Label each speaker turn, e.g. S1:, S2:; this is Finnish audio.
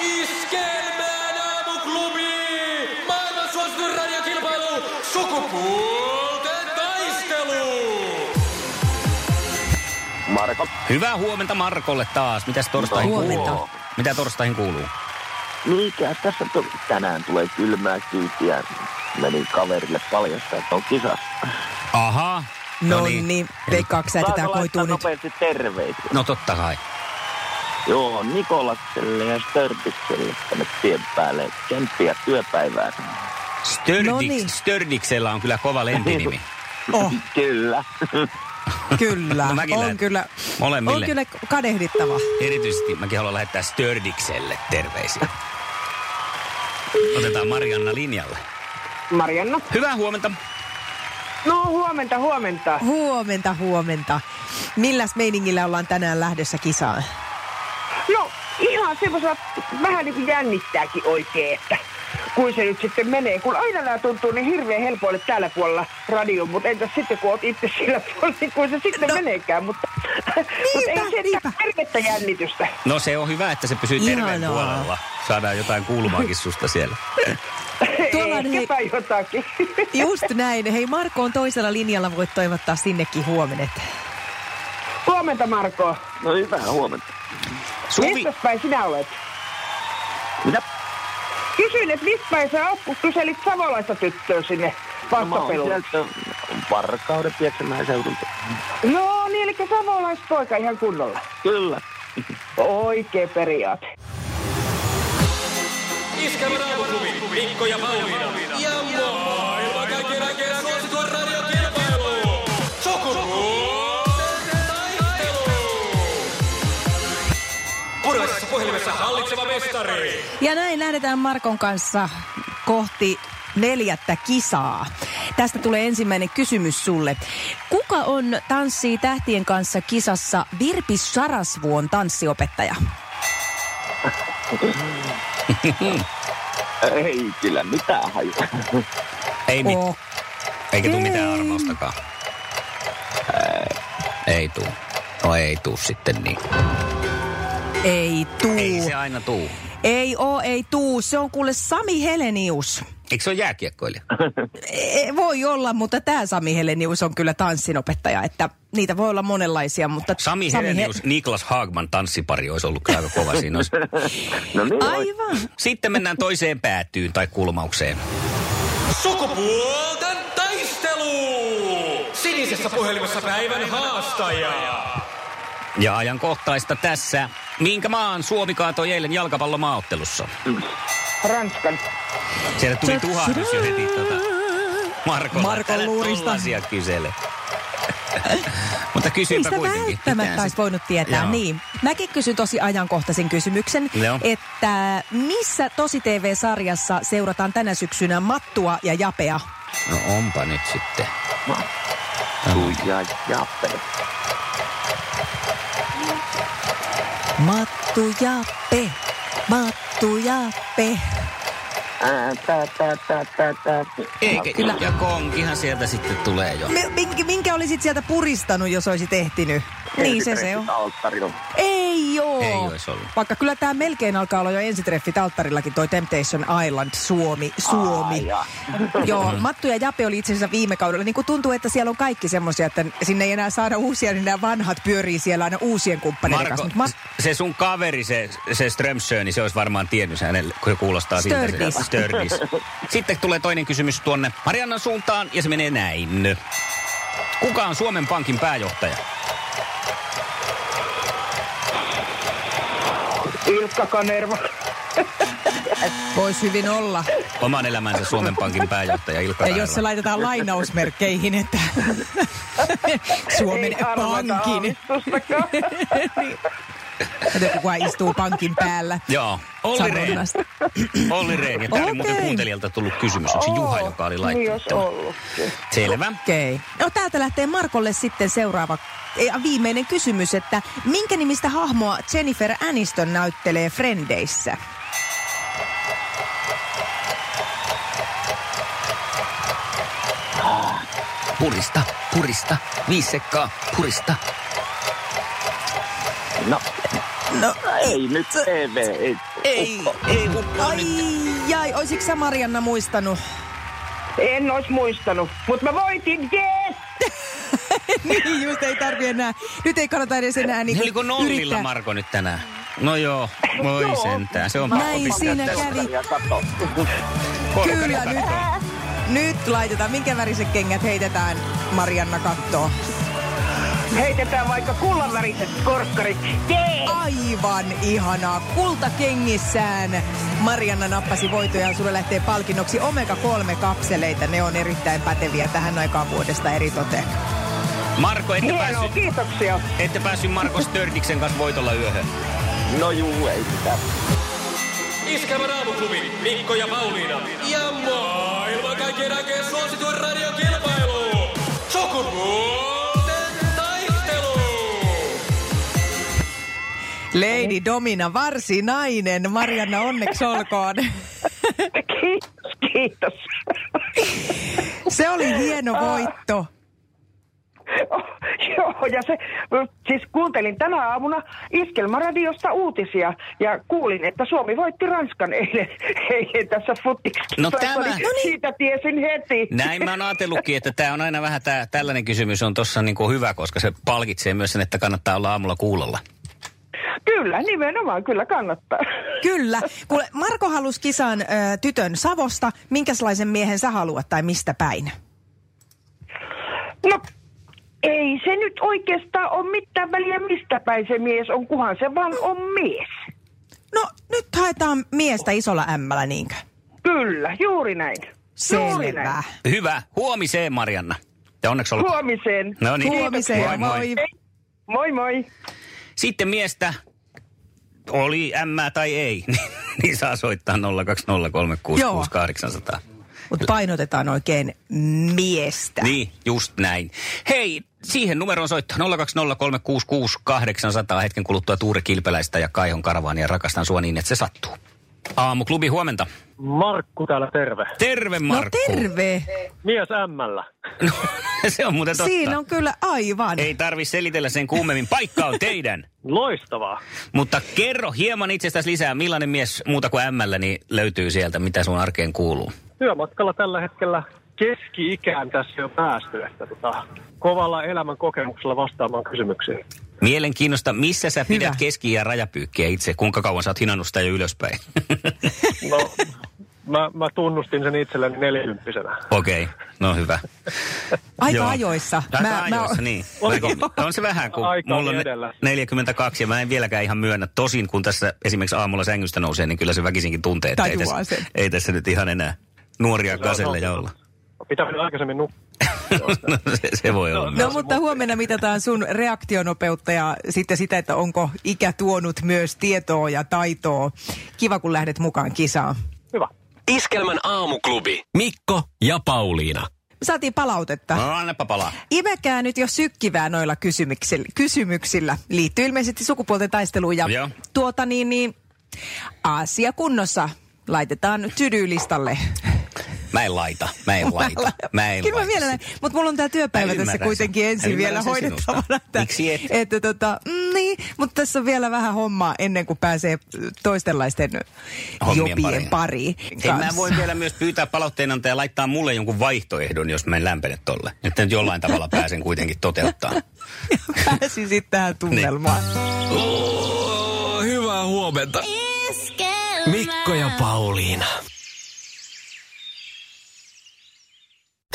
S1: Iskelmään aamuklubi! Maailman suosituin radiokilpailu! Sukupuolten taistelu!
S2: Marko.
S3: Hyvää huomenta Markolle taas. Mitäs torstaihin
S4: Huomenta.
S3: kuuluu? Mitä torstaihin kuuluu?
S2: Mikä tässä to, tänään tulee kylmää kyytiä. Menin kaverille paljasta, että on kisassa.
S3: Aha.
S4: No niin, veikkaako sä, että tää
S2: Saanko
S4: koituu
S2: laittaa
S4: nyt?
S2: nopeasti terveisiä?
S3: No totta kai.
S2: Joo, Nikolakselle ja Störpikselle tänne tien päälle. Tsemppiä työpäivää.
S4: No
S3: Stördik,
S4: niin.
S3: Stördiksellä on kyllä kova lempinimi.
S4: Oh,
S2: Kyllä.
S4: kyllä.
S3: No mäkin lähetän.
S4: on kyllä,
S3: Molemmille.
S4: on kyllä kadehdittava.
S3: Erityisesti mäkin haluan lähettää Stördikselle terveisiä. Otetaan Marianna linjalle.
S5: Marianna.
S3: Hyvää huomenta.
S5: No huomenta, huomenta.
S4: Huomenta, huomenta. Milläs meiningillä ollaan tänään lähdössä kisaan?
S5: No ihan semmoisella vähän niin kuin jännittääkin oikein, että kuin se nyt sitten menee. Kun aina nämä tuntuu niin hirveän helpoille täällä puolella radio, mutta entäs sitten kun oot itse sillä puolella, niin kuin se sitten
S4: No.
S5: no. meneekään. Mutta, mutta ei
S4: niinpä.
S5: se niitä tervettä jännitystä.
S3: No se on hyvä, että se pysyy terveen
S4: Ihanaa.
S3: puolella. Saadaan jotain kuulumaakin susta siellä.
S4: Tuolla niin. on
S5: Ehkäpä jotakin.
S4: Just näin. Hei, Marko on toisella linjalla. Voit toivottaa sinnekin huomenet.
S5: huomenta Marko.
S2: No hyvää huomenta.
S3: Suvi,
S5: Mistäs päin sinä olet?
S2: Mitä?
S5: Kysyin, että mistä päin sä oot, kun kyselit savolaista tyttöä sinne
S2: No, mä oon
S5: vastapelulta.
S2: sieltä varkauden pieksemään seudulta.
S5: No niin, eli savolaispoika ihan kunnolla.
S2: Kyllä.
S5: Oikea periaate.
S1: Iskelmän aamuklubi! Mikko ja Pauliina. Ja maailman kaikkien aikeen suosituin radiokilpailu! Sukupuolten taistelu! Puraisessa puhelimessa hallitseva mestari!
S4: Ja näin lähdetään Markon kanssa kohti neljättä kisaa. Tästä tulee ensimmäinen kysymys sulle. Kuka on Tanssii tähtien kanssa kisassa Virpi Sarasvuon tanssiopettaja?
S2: Ei kyllä mitään hajua.
S3: ei mit,
S4: Okei.
S3: eikä tule
S4: Okei.
S3: mitään armaustakaan. Ei, ei tuu. No ei tuu sitten niin.
S4: Ei tuu.
S3: Ei se aina tuu.
S4: Ei oo, ei tuu. Se on kuule Sami Helenius.
S3: Eikö se ole jääkiekkoilija?
S4: E- voi olla, mutta tämä Sami Helenius on kyllä tanssinopettaja, että niitä voi olla monenlaisia, mutta...
S3: Sami, Sami Helenius, Niklas Haagman tanssipari olisi ollut kyllä aika kova siinä. Olisi.
S2: No niin,
S4: He-
S2: oi.
S4: Aivan.
S3: Sitten mennään toiseen päätyyn tai kulmaukseen.
S1: Sukupuolten taistelu! Sinisessä puhelimessa päivän haastaja!
S3: Ja ajankohtaista tässä. Minkä maan Suomi kaatoi eilen jalkapallomaaottelussa?
S5: Ranskan.
S3: Siellä tuli tuhahdus jo heti tota, Marko,
S4: Markon luurista.
S3: Asia kysele. Mutta kysypä
S4: Niistä
S3: kuitenkin.
S4: välttämättä olisi voinut tietää,
S3: Joo.
S4: niin. Mäkin kysyn tosi ajankohtaisen kysymyksen,
S3: Joo.
S4: että missä Tosi TV-sarjassa seurataan tänä syksynä Mattua ja Japea?
S3: No onpa nyt sitten.
S2: Ui, ja jappe.
S4: Mattu Jape, Mattu Jape.
S2: Ää, tää, tää, tää, tää, tää.
S3: Eikä, kyllä. Ja konkihan sieltä sitten tulee jo.
S4: Mi- Minkä, minkä olisit sieltä puristanut, jos olisit ehtinyt? Niin se se on.
S2: Alttarilla.
S4: Ei joo.
S3: Ei ois ollut.
S4: Vaikka kyllä tämä melkein alkaa olla jo ensitreffit alttarillakin, toi Temptation Island, Suomi, Suomi.
S2: Ai jaa.
S4: joo, Mattu ja Jape oli itse asiassa viime kaudella. Niin kuin tuntuu, että siellä on kaikki semmoisia, että sinne ei enää saada uusia, niin nämä vanhat pyörii siellä aina uusien kumppaneiden
S3: Marko,
S4: kanssa. Mut
S3: se sun kaveri, se, se Strömsö, niin se olisi varmaan tiennyt hänelle, kun se kuulostaa siltä.
S4: Stördis.
S3: se- Stördis. Sitten tulee toinen kysymys tuonne Mariannan suuntaan, ja se menee näin. Kuka on Suomen Pankin pääjohtaja?
S5: Ilkka Kanerva.
S4: Ma- voisi hyvin olla.
S3: Oman elämänsä Suomen Pankin pääjohtaja Ilkka
S4: Ja jos se
S3: Kanerva.
S4: laitetaan lainausmerkkeihin, että Suomen
S5: Ei arvata
S4: Pankin.
S5: aavistustakaan.
S4: Niin. Kato, kuka istuu pankin päällä.
S3: Joo. Olli Rehn.
S4: Savonnasta.
S3: Olli Rehn. Ja täällä okay. muuten
S4: Okei. Oh.
S3: kuuntelijalta tullut kysymys. Onko se Juha,
S5: Oo,
S3: joka oli
S5: Niin
S3: laittanut
S5: olisi
S3: tämän?
S5: ollutkin.
S3: Selvä.
S4: Okei. Okay. No täältä lähtee Markolle sitten seuraava ei, viimeinen kysymys, että minkä nimistä hahmoa Jennifer Aniston näyttelee Frendeissä?
S3: Purista, purista, viisi sekkaa, purista.
S2: No,
S4: No
S2: ei nyt TV. Ei.
S3: Ei, ei uppoa
S4: Ai,
S3: nyt.
S4: jai, oisitko sä Marianna muistanut?
S5: En olisi muistanut, mutta mä voitin, yes!
S4: niin just, ei tarvi enää. Nyt ei kannata edes enää niin
S3: Oliko nollilla Marko nyt tänään? No joo, voi
S5: Joo.
S3: sentään. Se on
S4: Näin
S3: pakko pistää
S4: siinä
S3: tästä.
S4: kävi.
S2: Ja kato.
S3: Korkari
S4: Kyllä, nyt,
S3: kattoon.
S4: nyt laitetaan. Minkä väriset kengät heitetään Marianna kattoon?
S5: Heitetään vaikka kullanväriset korkkarit. Jee!
S4: Aivan ihanaa. Kultakengissään Marianna nappasi voitoja ja sulle lähtee palkinnoksi Omega-3 kapseleita. Ne on erittäin päteviä tähän aikaan vuodesta eri toteen.
S3: Marko, ette
S5: Hienoa,
S3: päässyt,
S5: kiitoksia.
S3: ette päässyt Marko Stördiksen kanssa voitolla yöhön.
S2: No juu, ei sitä.
S1: Iskävän aamuklubi, Mikko ja Pauliina. Ja maailman kaikkien aikeen suosituen radiokilpailu. Sukupuolten taistelu.
S4: Lady Domina, varsinainen. Marianna, onneksi olkoon.
S5: Kiitos, kiitos.
S4: Se oli hieno voitto.
S5: Joo, ja se, siis kuuntelin tänä aamuna Iskelmaradiosta uutisia ja kuulin, että Suomi voitti Ranskan eilen, eilen tässä futtiksessa.
S3: No tämä- No
S5: Siitä tiesin heti.
S3: Näin mä oon ajatellutkin, että tämä on aina vähän tää, tällainen kysymys on tuossa niinku hyvä, koska se palkitsee myös sen, että kannattaa olla aamulla kuulolla.
S5: Kyllä, nimenomaan, kyllä kannattaa.
S4: Kyllä. Kuule, Marko halusi kisan ö, tytön Savosta. Minkälaisen miehen sä haluat tai mistä päin?
S5: No, ei se nyt oikeastaan ole mitään väliä, mistä päin se mies on, kuhan se vaan on mies.
S4: No, nyt haetaan miestä isolla ämmällä, niinkö?
S5: Kyllä, juuri näin. Juuri
S4: Selvä.
S5: näin.
S3: Hyvä. Huomiseen, Marianna. Ja onneksi olkoon.
S5: Huomiseen.
S3: No niin.
S4: Huomiseen,
S3: Moi, moi.
S4: moi.
S5: Moi moi.
S3: Sitten miestä, oli ämmää tai ei, niin saa soittaa 020366800.
S4: Mutta painotetaan oikein miestä.
S3: Niin, just näin. Hei, siihen numeroon soittaa 020366800 hetken kuluttua Tuure Kilpeläistä ja Kaihon Karavaania. Rakastan sua niin, että se sattuu. Aamuklubi, huomenta.
S6: Markku täällä, terve.
S3: Terve
S4: No
S3: Markku.
S4: terve.
S6: Mies ämmällä.
S3: Se on muuten totta.
S4: Siinä on kyllä aivan.
S3: Ei tarvi selitellä sen kuumemmin. Paikka on teidän.
S6: Loistavaa.
S3: Mutta kerro hieman itsestäsi lisää, millainen mies muuta kuin ämmällä niin löytyy sieltä, mitä sun arkeen kuuluu.
S6: Työmatkalla tällä hetkellä keski-ikään tässä jo päästy, että tota, kovalla elämän kokemuksella vastaamaan kysymyksiin.
S3: Mielenkiinnosta, missä sä pidät
S4: Hyvä.
S3: keski- ja rajapyykkiä itse? Kuinka kauan sä oot hinannut sitä jo ylöspäin?
S6: No, mä, mä tunnustin sen itselleni nelikymppisenä.
S3: Okei, okay, no hyvä.
S4: Aika
S3: Joo.
S4: ajoissa.
S3: Aika mä, ajoissa, mä... niin.
S6: Oliko-
S3: Mäkin- on se vähän, kun
S6: Aika
S3: mulla on
S6: oli
S3: ne-
S6: edellä.
S3: 42 ja mä en vieläkään ihan myönnä. Tosin kun tässä esimerkiksi aamulla sängystä nousee, niin kyllä se väkisinkin tuntee, että ei
S4: Tajuaa
S3: tässä,
S4: sen.
S3: ei tässä nyt ihan enää nuoria kaselleja olla.
S6: Pitää mennä aikaisemmin nukkua.
S3: no, se, se voi olla.
S4: No mutta huomenna mitataan sun reaktionopeutta ja sitten sitä, että onko ikä tuonut myös tietoa ja taitoa. Kiva, kun lähdet mukaan kisaan.
S6: Hyvä.
S7: Iskelmän aamuklubi. Mikko ja Pauliina.
S4: Saatiin palautetta.
S3: No, annapa palaa.
S4: Imekää nyt jo sykkivää noilla kysymyksillä. kysymyksillä. Liittyy ilmeisesti sukupuolten taisteluun ja
S3: Joo.
S4: tuota niin, niin asia kunnossa. Laitetaan tydylistalle.
S3: Mä en laita, mä en laita, mä en
S4: Kyllä mä
S3: laita
S4: mielellään,
S3: sitä.
S4: mutta mulla on tämä työpäivä
S3: Mä
S4: tässä
S3: ymmärrän
S4: kuitenkin
S3: sen.
S4: ensin
S3: Mä
S4: vielä
S3: ymmärrän sen
S4: hoidettavana.
S3: sinusta. Miksi et?
S4: Että tota, mm, niin, mutta tässä on vielä vähän hommaa ennen kuin pääsee toistenlaisten
S3: Hommien
S4: jopien
S3: pariin.
S4: pariin.
S3: Hei, mä
S4: kanssa.
S3: voin vielä myös pyytää palautteenantaja laittaa mulle jonkun vaihtoehdon, jos mä en lämpene tolle. Että nyt jollain tavalla pääsen kuitenkin toteuttaa.
S4: Pääsin sitten tähän
S3: Niin.
S4: tunnelmaan.
S7: Oh, hyvää huomenta. Mikko ja Pauliina.